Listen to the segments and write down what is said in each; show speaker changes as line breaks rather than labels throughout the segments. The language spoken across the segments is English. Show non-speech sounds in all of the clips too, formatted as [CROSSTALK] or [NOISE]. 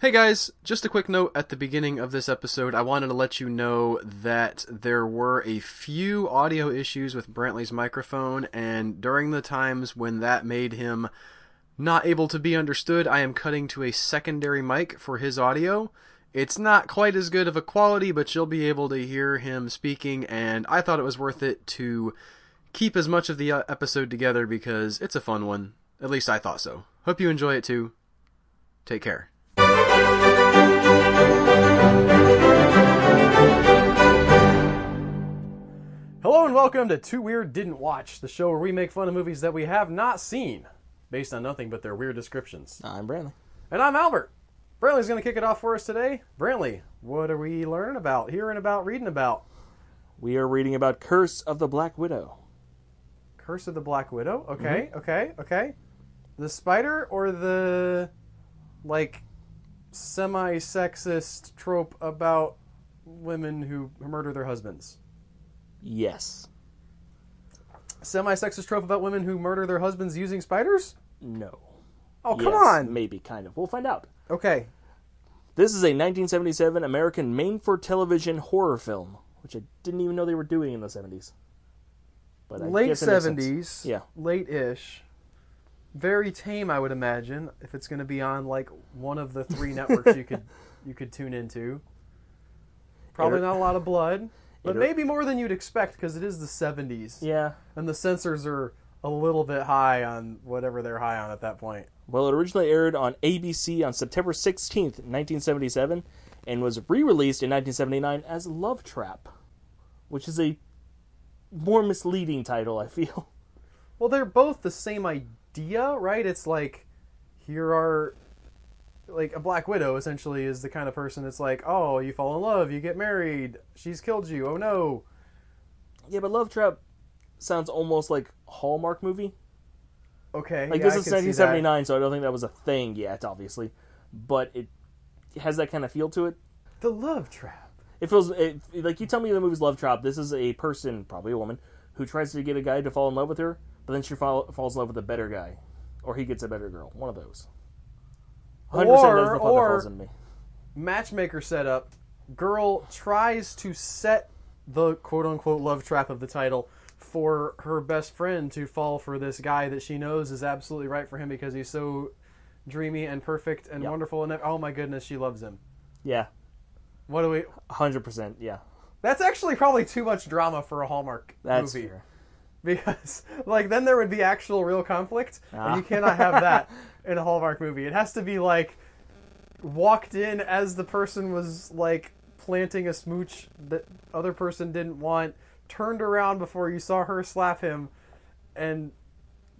Hey guys, just a quick note at the beginning of this episode. I wanted to let you know that there were a few audio issues with Brantley's microphone, and during the times when that made him not able to be understood, I am cutting to a secondary mic for his audio. It's not quite as good of a quality, but you'll be able to hear him speaking, and I thought it was worth it to keep as much of the uh, episode together because it's a fun one. At least I thought so. Hope you enjoy it too. Take care. Hello and welcome to Too Weird Didn't Watch, the show where we make fun of movies that we have not seen, based on nothing but their weird descriptions.
I'm Brantley.
And I'm Albert. Brantley's going to kick it off for us today. Brantley, what are we learning about, hearing about, reading about?
We are reading about Curse of the Black Widow.
Curse of the Black Widow. Okay, okay, okay. The spider or the like semi-sexist trope about women who murder their husbands.
Yes.
Semi-sexist trope about women who murder their husbands using spiders?
No.
Oh, come
Yes,
on.
Maybe, kind of. We'll find out.
Okay.
This is a 1977 American main for television horror film, which I didn't even know they were doing in the 70s. But I
Late
guess it makes sense.
70s.
Yeah.
Late-ish. Very tame, I would imagine, if it's going to be on like one of the three networks you
[LAUGHS]
could you could tune into. Probably
Inter-
not a lot of blood, but
Inter-
maybe more than you'd expect because it is the 70s.
Yeah.
and the sensors are a little bit high on whatever they're high on at that point.
Well, it originally aired on ABC on September 16th, 1977, and was re released in 1979 as Love Trap, which is a more misleading title, I feel. [LAUGHS]
Well, they're both the same idea, right? It's like here are like a black widow essentially is the kind of person that's like, "Oh, you fall in love, you get married, she's killed you. Oh no."
Yeah, but Love Trap sounds almost like a Hallmark movie.
Okay.
Like
yeah,
this
I
is
can see that.
1979, so I don't think that was a thing yet, obviously. But it has that kind of feel to it.
The love trap.
It feels it, like you tell me the movie's Love Trap. This is a person, probably a woman, who tries to get a guy to fall in love with her, but then she fall, falls in love with a better guy, or he gets a better girl. One of those. 100%
Or-
does the father
or-
falls in me.
Matchmaker setup. Girl tries to set the quote-unquote love trap of the title for her best friend to fall for this guy that she knows is absolutely right for him because he's so dreamy and perfect and
Yep.
wonderful and oh my goodness she loves him
Yeah,
what do we
100%. Yeah,
that's actually probably too much drama for a hallmark
that's
movie
fair.
[LAUGHS] because like then there would be actual real conflict and you
Ah.
cannot have
[LAUGHS]
that in a hallmark movie it has to be like walked in as the person was like planting a smooch that other person didn't want turned around before you saw her slap him and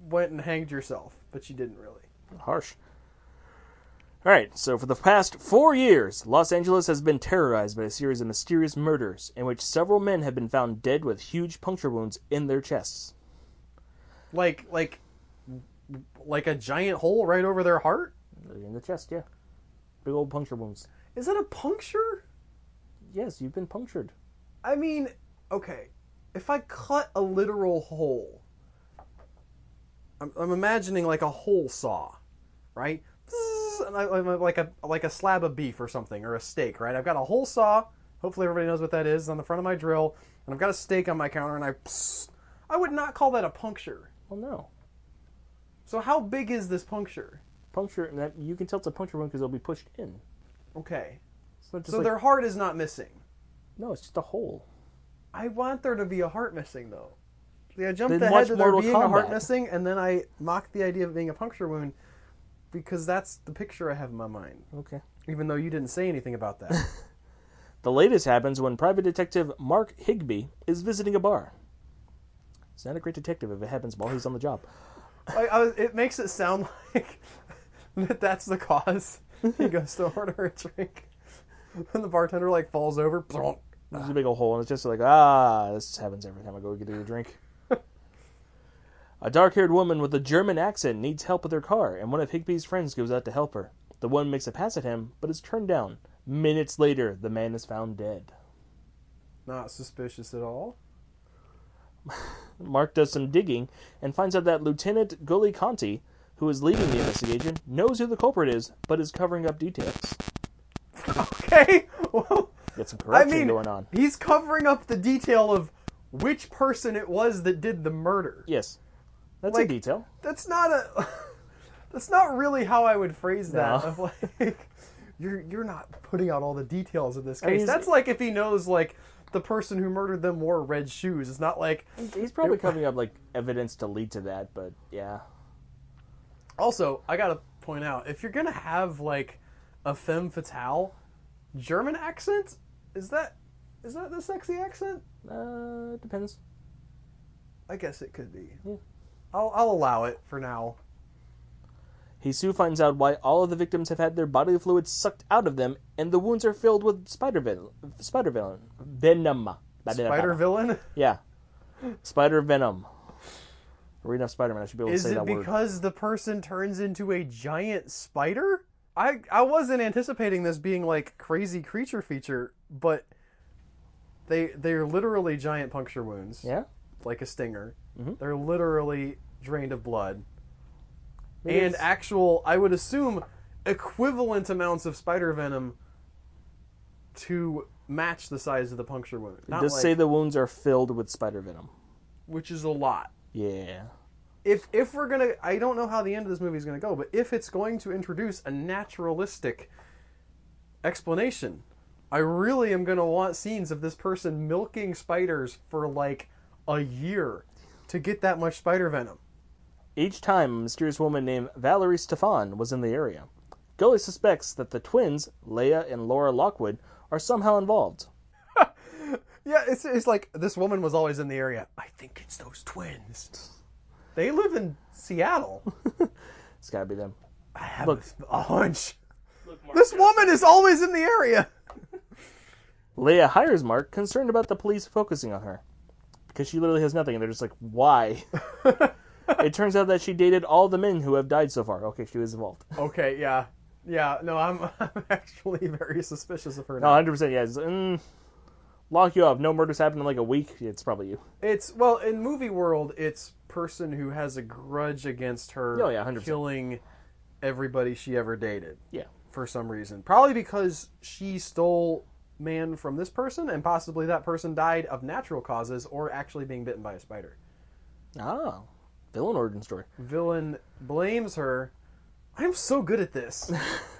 went and hanged yourself but you didn't really
Harsh. All right, so for the past four years, Los Angeles has been terrorized by a series of mysterious murders in which several men have been found dead with huge puncture wounds in their chests.
like like like a giant hole right over their heart
In the chest, yeah. Big old puncture wounds.
is that a puncture
Yes, you've been punctured.
I mean, okay, if I cut a literal hole, I'm, I'm imagining like a hole saw, right? Bzzz, And I, I'm like a like a slab of beef or something or a steak, right? I've got a hole saw. Hopefully, everybody knows what that is on the front of my drill, and I've got a steak on my counter, and I, pss, I would not call that a puncture.
Well, no.
So how big is this puncture?
Puncture, that you can tell it's a puncture wound because they'll be pushed in.
Okay,
It's not just
so
like,
their heart is not missing.
no, it's just a hole.
I want there to be a heart missing though. See, I jumped
Then
ahead
watch
to there
Mortal
being a heart
Kombat.
missing, and then I mocked the idea of being a puncture wound because that's the picture I have in my mind.
Okay.
Even though you didn't say anything about that.
[LAUGHS] The latest happens when private detective Mark Higby is visiting a bar. He's not a great detective if it happens while he's on the job.
I, I was, it makes it sound like [LAUGHS] that that's the
[LAUGHS]
cause. He goes to order a drink, and the bartender like falls over. Plonk.
There's a big old hole, and it's just like, ah, this happens every time I go get a [LAUGHS] drink. a dark haired woman with a German accent needs help with her car, and one of Higby's friends goes out to help her. The woman makes a pass at him, but is turned down. Minutes later, the man is found dead.
Not suspicious at all. [LAUGHS]
Mark does some digging and finds out that Lieutenant Gully Conti, who is leading the investigation, knows who the culprit is, but is covering up details.
okay. Well,
Got some
I
corruption
mean,
going on.
he's covering up the detail of which person it was that did the murder.
Yes, that's
Like-
a detail.
That's not a. [LAUGHS] that's not really how I would phrase that.
No.
Of [LAUGHS] like, you're you're not putting out all the details of this
mean,
case.
he's-
That's like if he knows like the person who murdered them wore red shoes. It's not like
He's probably covering up like evidence to lead to that, but yeah,
Also, I gotta point out if you're gonna have like a femme fatale German accent, is that is that the sexy accent?
uh, depends.
I guess it could be.
Yeah.
I'll I'll allow it for now.
He soon finds out why all of the victims have had their bodily fluids sucked out of them, and the wounds are filled with spider venom. Spider venom. Venom.
Spider villain?
Yeah. Spider venom. We're reading off Spider Man. I should be able to
Is
say
it
that word.
because the person turns into a giant spider? I I wasn't anticipating this being like crazy creature feature, but they they're literally giant puncture wounds.
Yeah.
like a stinger.
Mhm.
They're literally drained of blood.
Maybe
and
it's-
actual, I would assume, equivalent amounts of spider venom to match the size of the puncture wound. Not
Just
like-
say the wounds are filled with spider venom.
which is a lot.
Yeah.
If if we're gonna, I don't know how the end of this movie is gonna go, but if it's going to introduce a naturalistic explanation, I really am gonna want scenes of this person milking spiders for like a year to get that much spider venom.
Each time, a mysterious woman named Valerie Stefan was in the area. Gully suspects that the twins, Leia and Laura Lockwood, are somehow involved.
Yeah, it's, it's like this woman was always in the area. I think it's those twins. They live in Seattle.
It's gotta be them.
I have a, a hunch. this woman is always in the area.
Leia hires Mark, concerned about the police focusing on her. Because she literally has nothing, and they're just like,
[LAUGHS]
why? it turns out that she dated all the men who have died so far. Okay, she was involved.
Okay, yeah. Yeah, no, I'm, [LAUGHS] I'm actually very suspicious of her
No,
now.
100%, yeah. it's, mm, lock you up. No murders happened in like a week. It's probably you.
It's, well, in movie world, it's person who has a grudge against her
Oh, yeah, 100%.
killing everybody she ever dated
Yeah.
for some reason. Probably because she stole man from this person, and possibly that person died of natural causes or actually being bitten by a spider.
Oh. Villain origin story.
villain blames her. I'm so good at
[LAUGHS]
this.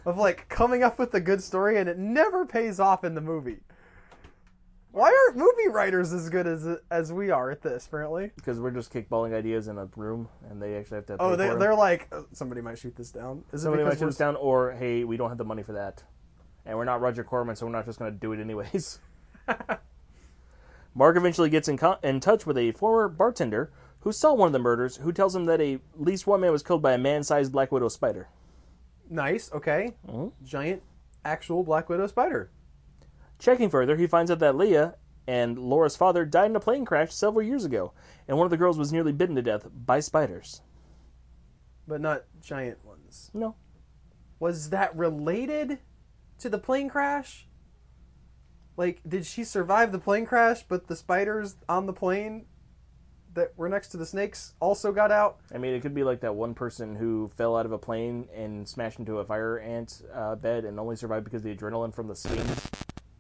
of like coming up with a good story and it never pays off in the movie. Why aren't movie writers as good as as we are at this? Apparently,
Because we're just kickballing ideas in a room, and they actually have to.
oh,
pay
they,
for them.
they're like "Oh, somebody might shoot this down. Is
somebody
it
might
because
shoot
we're,
us down, or hey, we don't have the money for that, and we're not Roger Corman, so we're not just going to do it anyways.
[LAUGHS]
Mark eventually gets in, con- in touch with a former bartender who saw one of the murders, who tells him that a at least one man was killed by a man-sized black widow spider.
nice? Okay,
Oh.
giant actual black widow spider.
Checking further, he finds out that Leah and Laura's father died in a plane crash several years ago, and one of the girls was nearly bitten to death by spiders.
but not giant ones.
No,
Was that related to the plane crash? Like, did she survive the plane crash, but the spiders on the plane that were next to the snakes also got out?
I mean, it could be like that one person who fell out of a plane and smashed into a fire ant uh, bed and only survived because the adrenaline from the stings,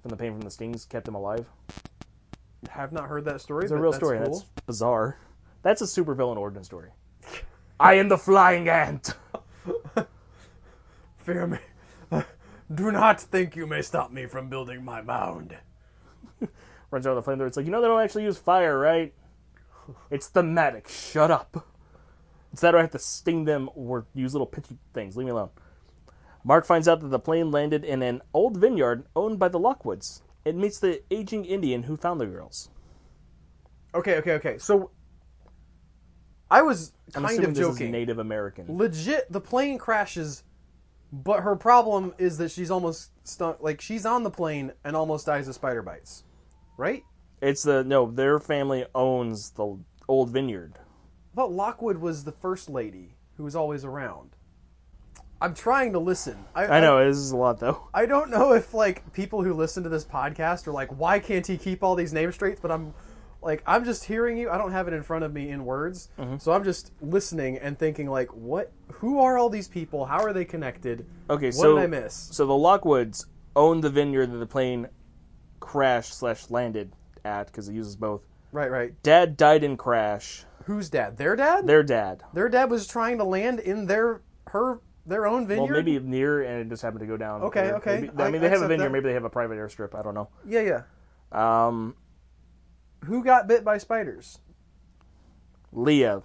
from the pain from the stings, kept him alive.
Have not heard that story.
It's a
but
real
that's
story. and
cool.
That's bizarre. That's a supervillain origin story. [LAUGHS] I am the flying ant.
[LAUGHS] Fear me. [LAUGHS] Do not think you may stop me from building my mound.
Runs out of the flame. It's like you know they don't actually use fire, right? It's thematic. Shut up. It's that or I have to sting them or use little pitchy things. Leave me alone. Mark finds out that the plane landed in an old vineyard owned by the Lockwoods. It meets the aging Indian who found the girls.
Okay, okay, okay. So, I was
I'm
kind
assuming
of
this
joking.
is Native American.
legit the plane crashes but her problem is that she's almost stuck like she's on the plane and almost dies of spider bites right
It's the no. Their family owns the old vineyard.
but lockwood was the first lady who was always around i'm trying to listen i,
I know this is a lot though.
I, don't know if like people who listen to this podcast are like why can't he keep all these names straight but i'm like i'm just hearing you i don't have it in front of me in words
Mm-hmm.
so i'm just listening and thinking like what who are all these people how are they connected
Okay,
what
so
did i miss
so the Lockwoods own the vineyard that the plane crashed slash landed at because it uses both.
Right, right.
Dad died in crash.
Whose dad? Their dad?
Their dad.
Their dad was trying to land in their her their own vineyard.
Well, maybe near, and it just happened to go down.
Okay,
Or
okay.
maybe- I
I
mean, they have a
accept
vineyard.
that.
Maybe they have a private airstrip. I don't know.
Yeah, yeah.
Um,
Who got bit by spiders?
Leah.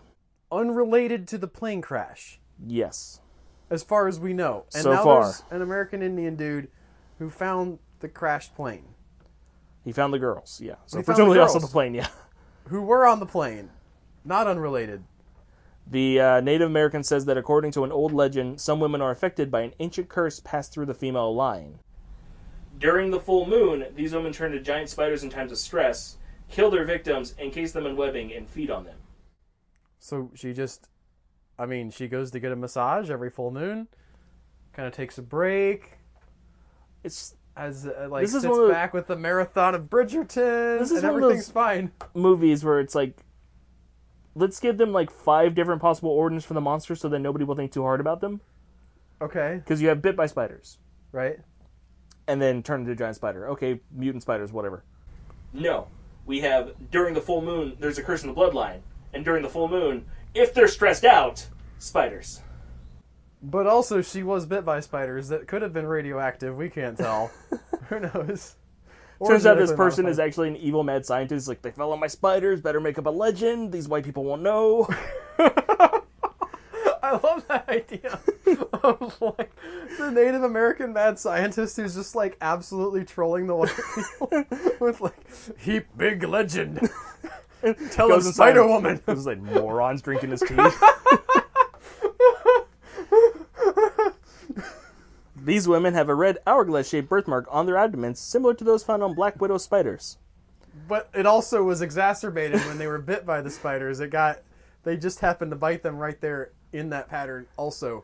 Unrelated to the plane crash,
Yes.
as far as we know. And
So
now
far.
there's an American Indian dude who found the crashed plane,
He found the girls. Yeah. So
He found the
presumably also the
girls.
plane. Yeah.
who were on the plane, not unrelated.
The uh, Native American says that according to an old legend, some women are affected by an ancient curse passed through the female line. During the full moon, these women turn to giant spiders in times of stress, kill their victims, encase them in webbing, and feed on them.
So she just, I mean, she goes to get a massage every full moon, kind of takes a break.
It's
As uh, like
This is
sits
one of the-
back with the marathon of Bridgerton,
This is
and
one of those-
everything's fine.
movies where it's like, let's give them like five different possible origins for the monster, so that nobody will think too hard about them.
Okay,
Because you have bit by spiders,
right?
and then turn into a giant spider. Okay, mutant spiders, whatever. No. We have during the full moon, there's a curse in the bloodline. And during the full moon, if they're stressed out, spiders.
But also, she was bit by spiders that could have been radioactive. We can't
[LAUGHS]
tell. Who knows? Or
Turns out this
genetically
person is
modified.
actually an evil mad scientist. Like, they fell on my spiders, better make up a legend. These white people won't know. [LAUGHS]
I love that idea
[LAUGHS]
of like the Native American mad scientist who's just like absolutely trolling the white
[LAUGHS]
people with like heap big
[LAUGHS]
legend. Tell
Goes
us
inside.
Spider Woman.
this is like morons drinking his tea. These women have a red hourglass shaped birthmark on their abdomens, similar to those found on black widow spiders.
But it also was exacerbated when they were bit by the spiders. It got they just happened to bite them right there in that pattern also,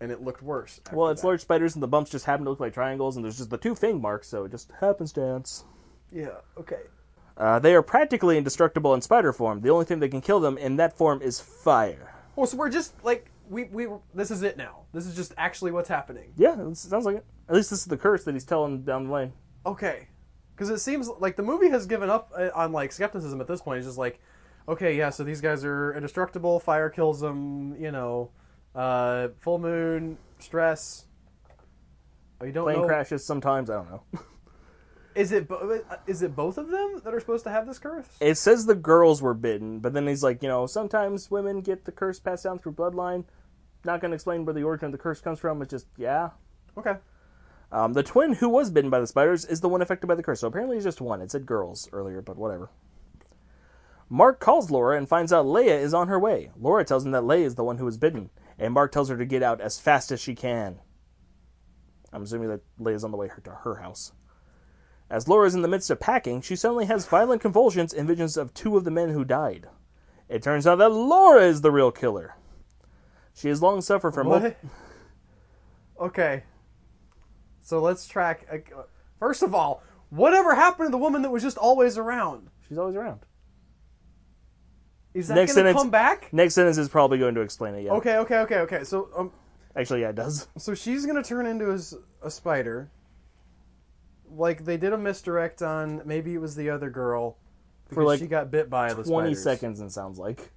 and it looked worse. after
Well, it's
that.
large spiders, and the bumps just happen to look like triangles, and there's just the two fang marks, so it just happenstance.
yeah okay.
Uh, they are practically indestructible in spider form. The only thing that can kill them in that form is fire.
Well, so we're just like we we this is it now. This is just actually what's happening.
Yeah, it sounds like it. At least this is the curse that he's telling down the lane.
Okay, because it seems like the movie has given up uh, on like skepticism at this point. It's just like, okay, yeah, so these guys are indestructible. Fire kills them. You know, uh, full moon stress. Oh, you don't
Plane
know.
crashes sometimes, I don't know.
Is it bo- uh, is it both of them that are supposed to have this curse?
It says the girls were bitten, but then he's like, you know, sometimes women get the curse passed down through bloodline. Not going to explain where the origin of the curse comes from, it's just, yeah.
Okay,
Um, the twin who was bitten by the spiders is the one affected by the curse. So apparently it's just one. It said girls earlier, but whatever. Mark calls Laura and finds out Leia is on her way. Laura tells him that Leia is the one who was bitten, and Mark tells her to get out as fast as she can. I'm assuming that Leia's on the way her- to her house. As Laura is in the midst of packing, she suddenly has violent convulsions and visions of two of the men who died. It turns out that Laura is the real killer. She has long suffered from mul-
what? [LAUGHS] okay, so let's track. uh, First of all, whatever happened to the woman that was just always around?
She's always around.
Is that
Next
going to
sentence-
come back?
Next sentence is probably going to explain it. Yeah.
Okay, okay, okay, okay. So, um,
Actually, yeah, it does.
so she's gonna turn into a, s- a spider. Like they did a misdirect on maybe it was the other girl because
like
she got bit by [LAUGHS] the
20
spiders.
seconds, it sounds like.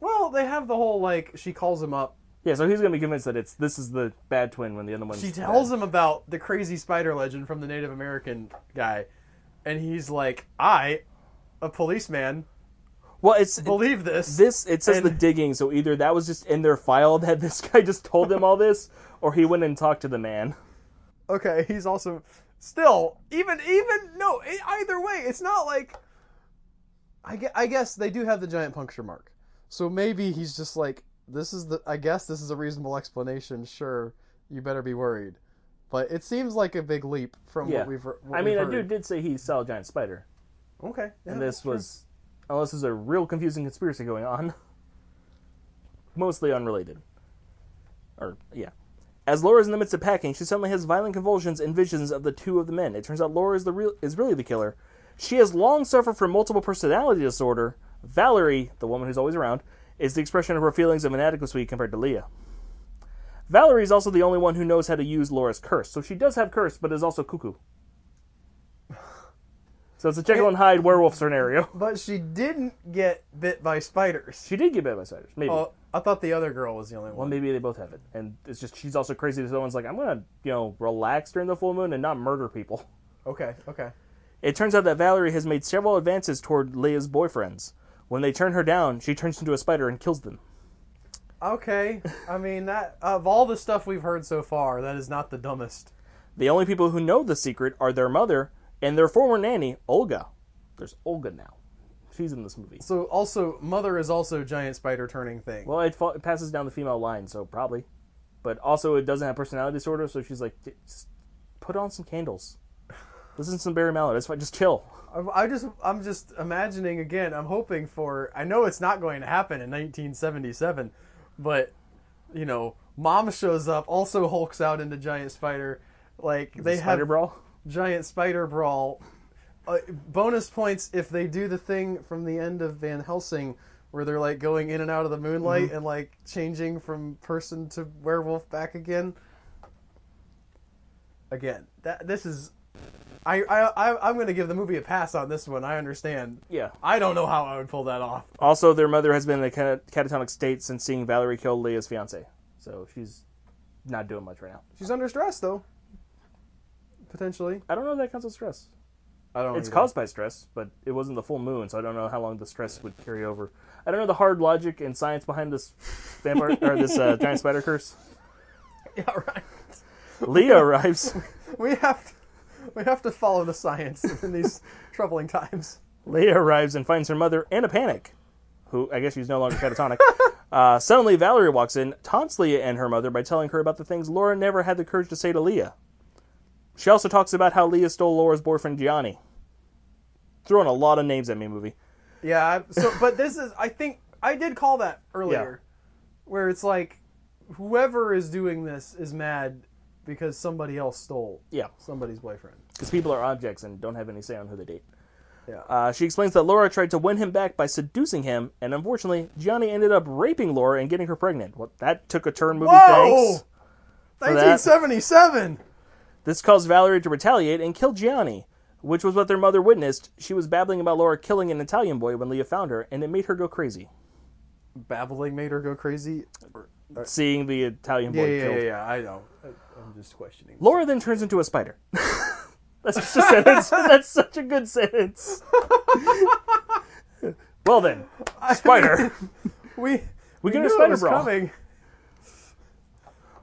Well, they have the whole like she calls him up.
Yeah, so he's going to be convinced that it's this is the bad twin when the other one's.
She tells
bad.
him about the crazy spider legend from the Native American guy, and he's like, "I, a policeman,
Well, it's. it-
believe this."
this it says the
and-
digging, so either that was just in their file that [LAUGHS] this guy just told them all this, or he went and talked to the man.
okay, [LAUGHS] he's also still even even no e- either way. It's not like I guess, I guess they do have the giant puncture mark, so maybe he's just like this is the I guess this is a reasonable explanation. Sure, you better be worried, but it seems like a big leap from
Yeah.
what we've. What
I mean,
we've
a
heard.
dude did say he saw a giant spider,
Okay, yeah,
and this was, unless there's a real confusing conspiracy going on, [LAUGHS] mostly unrelated. Or yeah. As Laura is in the midst of packing, she suddenly has violent convulsions and visions of the two of the men. It turns out Laura is the real is really the killer. She has long suffered from multiple personality disorder. Valerie, the woman who's always around, is the expression of her feelings of inadequacy compared to Leah. Valerie's also the only one who knows how to use Laura's curse, so she does have curse, but is also cuckoo. So it's a Jekyll and Hyde werewolf scenario. [LAUGHS]
But she didn't get bit by spiders.
She did get bit by spiders, maybe.
Oh, I thought the other girl was the only
Well,
one.
maybe they both have it, and it's just she's also crazy. So someone's like, I'm gonna, you know, relax during the full moon and not murder people. [LAUGHS]
Okay, okay.
It turns out that Valerie has made several advances toward Leah's boyfriends. When they turn her down, she turns into a spider and kills them.
Okay, I mean that of all the stuff we've heard so far, that is not the dumbest.
The only people who know the secret are their mother and their former nanny, Olga. There's Olga now. She's in this movie.
So also, mother is also giant spider turning thing.
Well, it, fa- it passes down the female line, so probably. But also, it doesn't have personality disorder, so she's like, just put on some candles. Listen to some Barry Manilow. That's fine. Just chill.
I I just I'm just imagining again. I'm hoping for. I know it's not going to happen in 1977, but you know, mom shows up, also hulks out into giant spider. Like they
Spider
have
brawl.
giant spider brawl. Uh, bonus points if they do the thing from the end of Van Helsing where they're like going in and out of the moonlight and like changing from person to werewolf back again. Again, that this is. I, I, I, I'm going to give the movie a pass on this one. I understand.
Yeah.
I don't know how I would pull that off.
Also, their mother has been in a cat- catatonic state since seeing Valerie kill Leah's fiance, so she's not doing much right now.
She's under stress, though. Potentially.
I don't know if that counts as stress.
I don't
It's
either.
caused by stress, but it wasn't the full moon, so I don't know how long the stress would carry over. I don't know the hard logic and science behind this vampire or this uh, giant
[LAUGHS]
spider curse.
[LAUGHS] Yeah, right.
Leah arrives.
We have to, we have to follow the science in [LAUGHS] these troubling times.
Leia arrives and finds her mother in a panic, who I guess she's no longer catatonic. uh, suddenly, Valerie walks in, taunts Leia and her mother by telling her about the things Laura never had the courage to say to Leia. She also talks about how Leia stole Laura's boyfriend Gianni. Throwing a lot of names at me, movie.
Yeah. I- So, but this is, I think, I did call that earlier, where it's like, whoever is doing this is mad because somebody else stole
Yeah,
somebody's boyfriend.
because people are objects and don't have any say on who they date.
Yeah.
Uh, she explains that Laura tried to win him back by seducing him, and unfortunately, Gianni ended up raping Laura and getting her pregnant. Well, that took a turn, movie.
Whoa!
Thanks.
1977.
This caused Valerie to retaliate and kill Gianni, which was what their mother witnessed. She was babbling about Laura killing an Italian boy when Leah found her, and it made her go crazy.
Babbling made her go crazy.
Seeing the Italian boy
Uh, Yeah, yeah,
killed.
yeah, yeah. I know. I- I'm just questioning. [LAUGHS]
Laura then turns into a spider. [LAUGHS] That's just a sentence. [LAUGHS] That's such a good sentence. [LAUGHS] well then,
[LAUGHS]
spider.
We we,
get a
knew it
spider
was
brawl.
coming.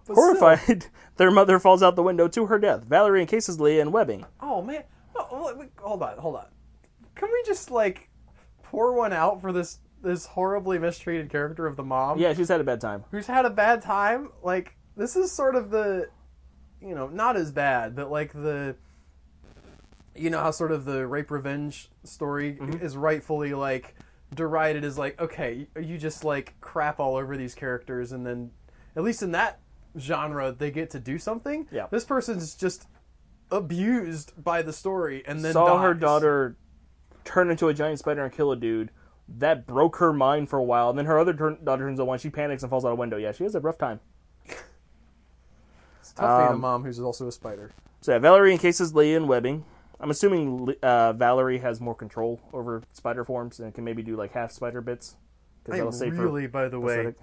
But
Horrified, their mother falls out the window to her death. Valerie encases Leah in webbing.
still- oh man, Oh, oh, wait, hold on, hold on. Can we just like pour one out for this this horribly mistreated character of the mom?
Yeah, she's had a bad time.
who's had a bad time, like this is sort of the you know, not as bad, but like the you know how sort of the rape revenge story
Mm-hmm.
is rightfully like derided as like okay, you- you just like crap all over these characters and then at least in that genre they get to do something.
Yeah.
This person's just abused by the story and then
saw her
dies.
daughter turn into a giant spider and kill a dude. That broke her mind for a while. And then her other turn- daughter turns into one. She panics and falls out a window. Yeah, she has a rough time.
It's tough
um,
being a mom who's also a spider.
So yeah, Valerie encases Leia in webbing. I'm assuming Le- uh, Valerie has more control over spider forms and can maybe do like half spider bits. Because
Hey,
that'll save
really,
her.
by the way,
prosthetic.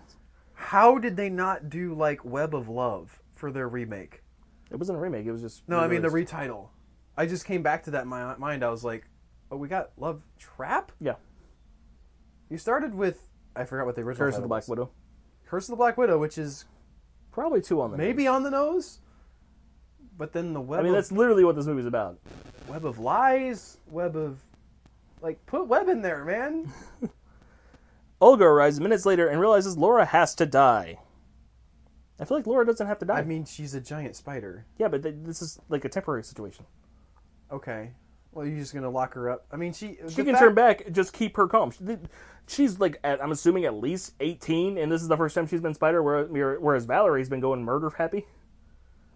how did they not do like Web of Love for their remake?
It wasn't a remake. It was just
No, I mean the
re-
retitle. I just came back to that in my mind. I was like, oh, we got Love Trap.
yeah,
You started with I forgot what the original
Curse of
title
the Black
was.
Widow.
Curse of the Black Widow, which is
Probably two on the. nose.
maybe on the nose, but then the Web
I mean
of
that's literally what this movie's about.
Web of Lies, Web of like put Web in there, man.
Olga arrives minutes later and realizes Laura has to die. I feel like Laura doesn't have to die.
I mean, she's a giant spider.
Yeah, but th- this is like a temporary situation.
Okay. Well, you're just gonna lock her up. I mean, she
She can turn back, just keep her calm. She- She's like, at, I'm assuming at least 18, and this is the first time she's been Spider, where- where- whereas Valerie's been going murder happy.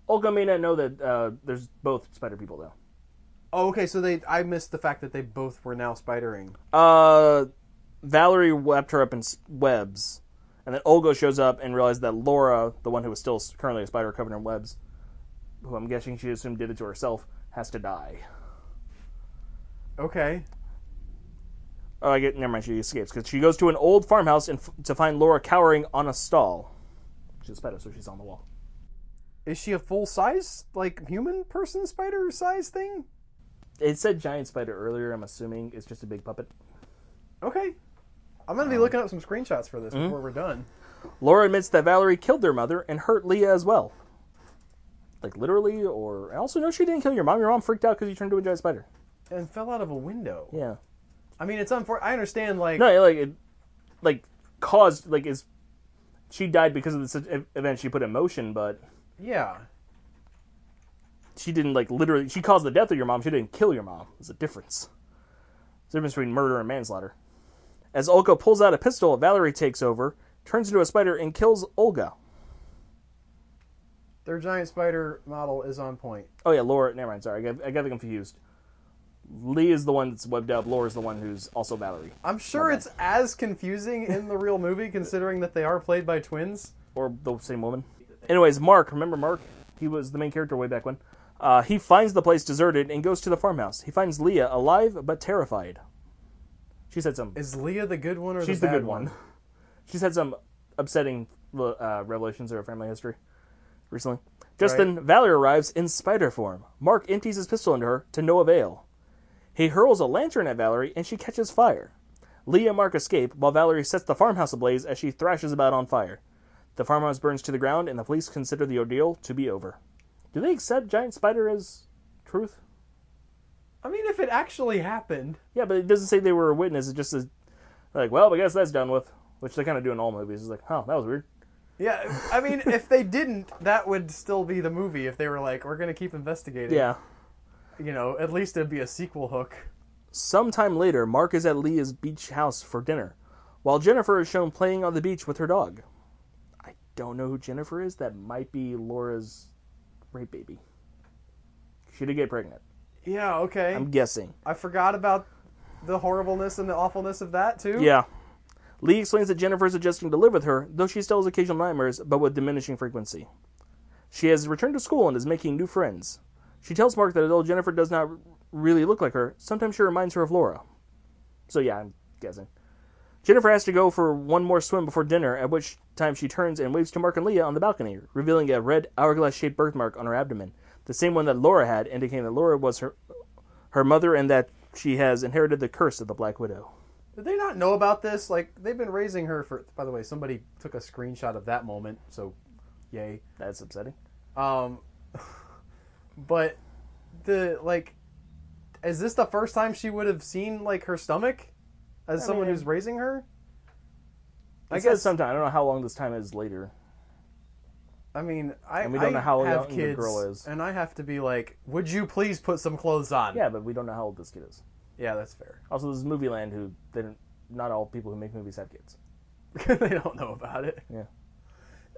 Olga may not know that uh, there's both Spider people, though.
Oh, okay. So they, I missed the fact that they both were now spidering.
Uh, Valerie wrapped her up in s- webs, And then Olga shows up and realizes that Laura, the one who is still currently a spider covered in webs, who I'm guessing she assumed did it to herself, has to die.
Okay.
Oh, I get. Never mind. She escapes because she goes to an old farmhouse and f- to find Laura cowering on a stall. She's a spider, so she's on the wall.
Is she a full size, like human person spider size thing?
It said giant spider earlier. I'm assuming it's just a big puppet.
Okay. I'm gonna
Um,
be looking up some screenshots for this
mm-hmm.
before we're done.
Laura admits that Valerie killed their mother and hurt Leah as well. Like literally, or I also know she didn't kill your mom. Your mom freaked out because you turned into a giant spider.
And fell out of a window.
Yeah.
I mean, it's unfortunate. I understand, like,
No, it, like it, like caused like is she died because of this e- event she put in motion, but
yeah,
she didn't like literally. She caused the death of your mom. She didn't kill your mom. There's a difference. There's a difference between murder and manslaughter. As Olga pulls out a pistol, Valerie takes over, turns into a spider, and kills Olga.
their giant spider model is on point.
Oh yeah, Laura. Never mind. Sorry, I got, I got it confused. Lee is the one that's webbed up. Laura is the one who's also Valerie,
I'm sure it's as confusing in the real movie, considering that they are played by twins.
or the same woman. Anyways, Mark. Remember Mark? He was the main character way back when. Uh, he finds the place deserted and goes to the farmhouse. He finds Leah alive but terrified. She said some.
Is Leah the good one or
She's
the,
the,
bad
good one. She's had some upsetting uh, revelations of her family history recently. Just
Right.
then, Valerie arrives in spider form. Mark empties his pistol into her to no avail. He hurls a lantern at Valerie, and she catches fire. Lee and Mark escape, while Valerie sets the farmhouse ablaze as she thrashes about on fire. The farmhouse burns to the ground, and the police consider the ordeal to be over. Do they accept giant spider as truth?
I mean, if it actually happened,
Yeah, but it doesn't say they were a witness. It just says, like, well, I guess that's done with. Which they kind of do in all movies. It's like, oh, that was weird.
yeah. I mean, if they didn't, that would still be the movie. If they were like, we're gonna keep investigating.
Yeah.
You know, at least it'd be a sequel hook.
Sometime later, Mark is at Leah's beach house for dinner, while Jennifer is shown playing on the beach with her dog. I don't know who Jennifer is. That might be Laura's rape baby. She did get pregnant.
Yeah. Okay.
I'm guessing.
I forgot about the horribleness and the awfulness of that too.
Yeah. Lee explains that Jennifer is adjusting to live with her, though she still has occasional nightmares, but with diminishing frequency. She has returned to school and is making new friends. She tells Mark that although Jennifer does not r- really look like her, sometimes she reminds her of Laura. So yeah, I'm guessing. Jennifer has to go for one more swim before dinner, at which time she turns and waves to Mark and Leah on the balcony, revealing a red hourglass-shaped birthmark on her abdomen, the same one that Laura had, indicating that Laura was her her mother and that she has inherited the curse of the Black Widow.
Did they not know about this? Like they've been raising her for. By the way, somebody took a screenshot of that moment. So, yay.
That's upsetting.
Um, [LAUGHS] but the like, is this the first time she would have seen like her stomach as someone
mean-
who's raising her?
I
I
guess
guess.
sometime. I don't know how long this time is later.
I mean, I,
And we don't
I
know how
have
young the
kids,
girl is.
and I have to be like, would you please put some clothes on?
Yeah, but we don't know how old this kid is.
yeah, that's fair.
Also, this is Movie Land, who they don't, not all people who make movies have kids.
[LAUGHS] they don't know about it.
Yeah.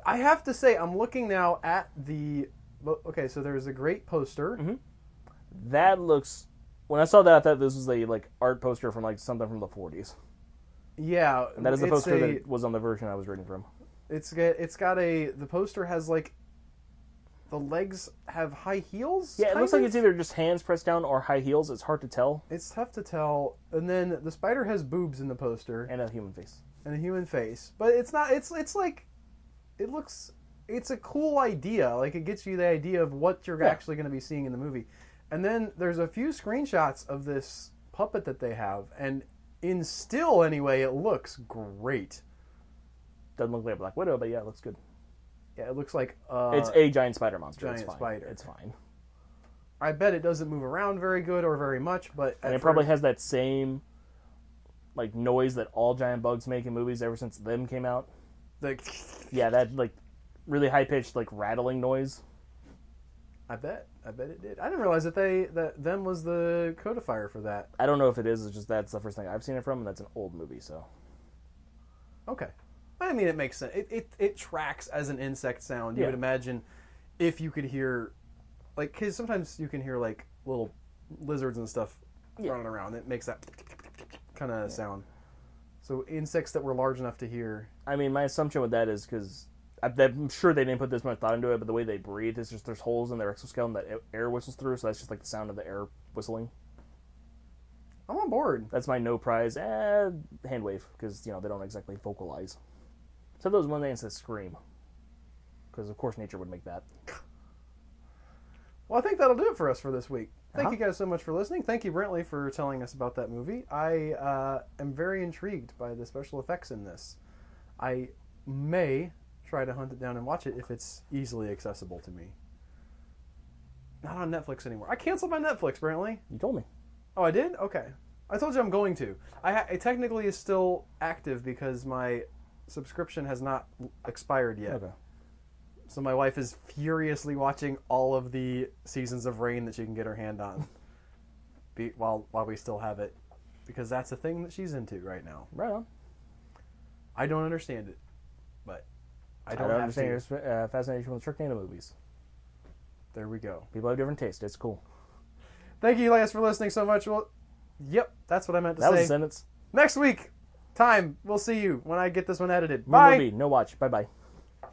I have to say, I'm looking now at the. well, Okay, so there's a great poster.
Mm-hmm. That looks. When I saw that, I thought this was a like art poster from like something from the 40s.
Yeah,
And that is the
it's
poster
a-
that was on the version I was reading from.
It's got it's got a the poster has like the legs have high heels.
Yeah, it
kind
looks like
of?
it's either just hands pressed down or high heels. It's hard to tell.
It's tough to tell. And then the spider has boobs in the poster
And a human face.
and a human face, but it's not. It's it's like it looks. It's a cool idea. Like it gets you the idea of what you're actually going to be seeing in the movie. And then there's a few screenshots of this puppet that they have, and in still anyway, it looks great.
Doesn't look like a Black Widow, but yeah, it looks good.
Yeah, it looks like uh,
it's a giant spider monster. it's
giant
fine.
spider.
It's fine.
I bet it doesn't move around very good or very much, but
and it probably has that same like noise that all giant bugs make in movies ever since them came out.
Like,
Yeah, that like really high pitched like rattling noise.
I bet, I bet it did. I didn't realize that they that them was the codifier for that.
I don't know if it is. It's just that's the first thing I've seen it from, and that's an old movie. So
Okay, I mean it makes sense. It it, it tracks as an insect sound. You
Yeah.
would imagine if you could hear, like, because sometimes you can hear like little lizards and stuff running around. It makes that kind of sound. So insects that were large enough to hear.
I mean, my assumption with that is because I'm sure they didn't put this much thought into it, but the way they breathe is just there's holes in their exoskeleton that a- air whistles through, so that's just like the sound of the air whistling.
I'm on board.
That's my no prize eh, hand wave because you know they don't exactly vocalize. Except those one things that scream, because of course nature would make that.
Well, I think that'll do it for us for this week. Thank
Uh-huh.
you guys so much for listening. Thank you, Brentley, for telling us about that movie. I uh, am very intrigued by the special effects in this. I may try to hunt it down and watch it if it's easily accessible to me. Not on Netflix anymore. I canceled my Netflix, Brentley.
You told me.
Oh, I did. Okay, I told you I'm going to. I ha- it technically is still active because my subscription has not expired yet.
Okay.
So my wife is furiously watching all of the seasons of Rain that she can get her hand on, be, while while we still have it, because that's a thing that she's into right now.
Right on.
I don't understand it, but I
I
don't,
don't,
have
understand
to.
your sp- uh, fascination with Sharknado movies.
There we go.
People have different tastes. It's cool.
Thank you guys for listening so much. Well, yep, that's what I meant to
That was a
say.
sentence.
Next week, time we'll see you when I get this one edited.
Bye.
Bye.
Movie. No watch. Bye bye.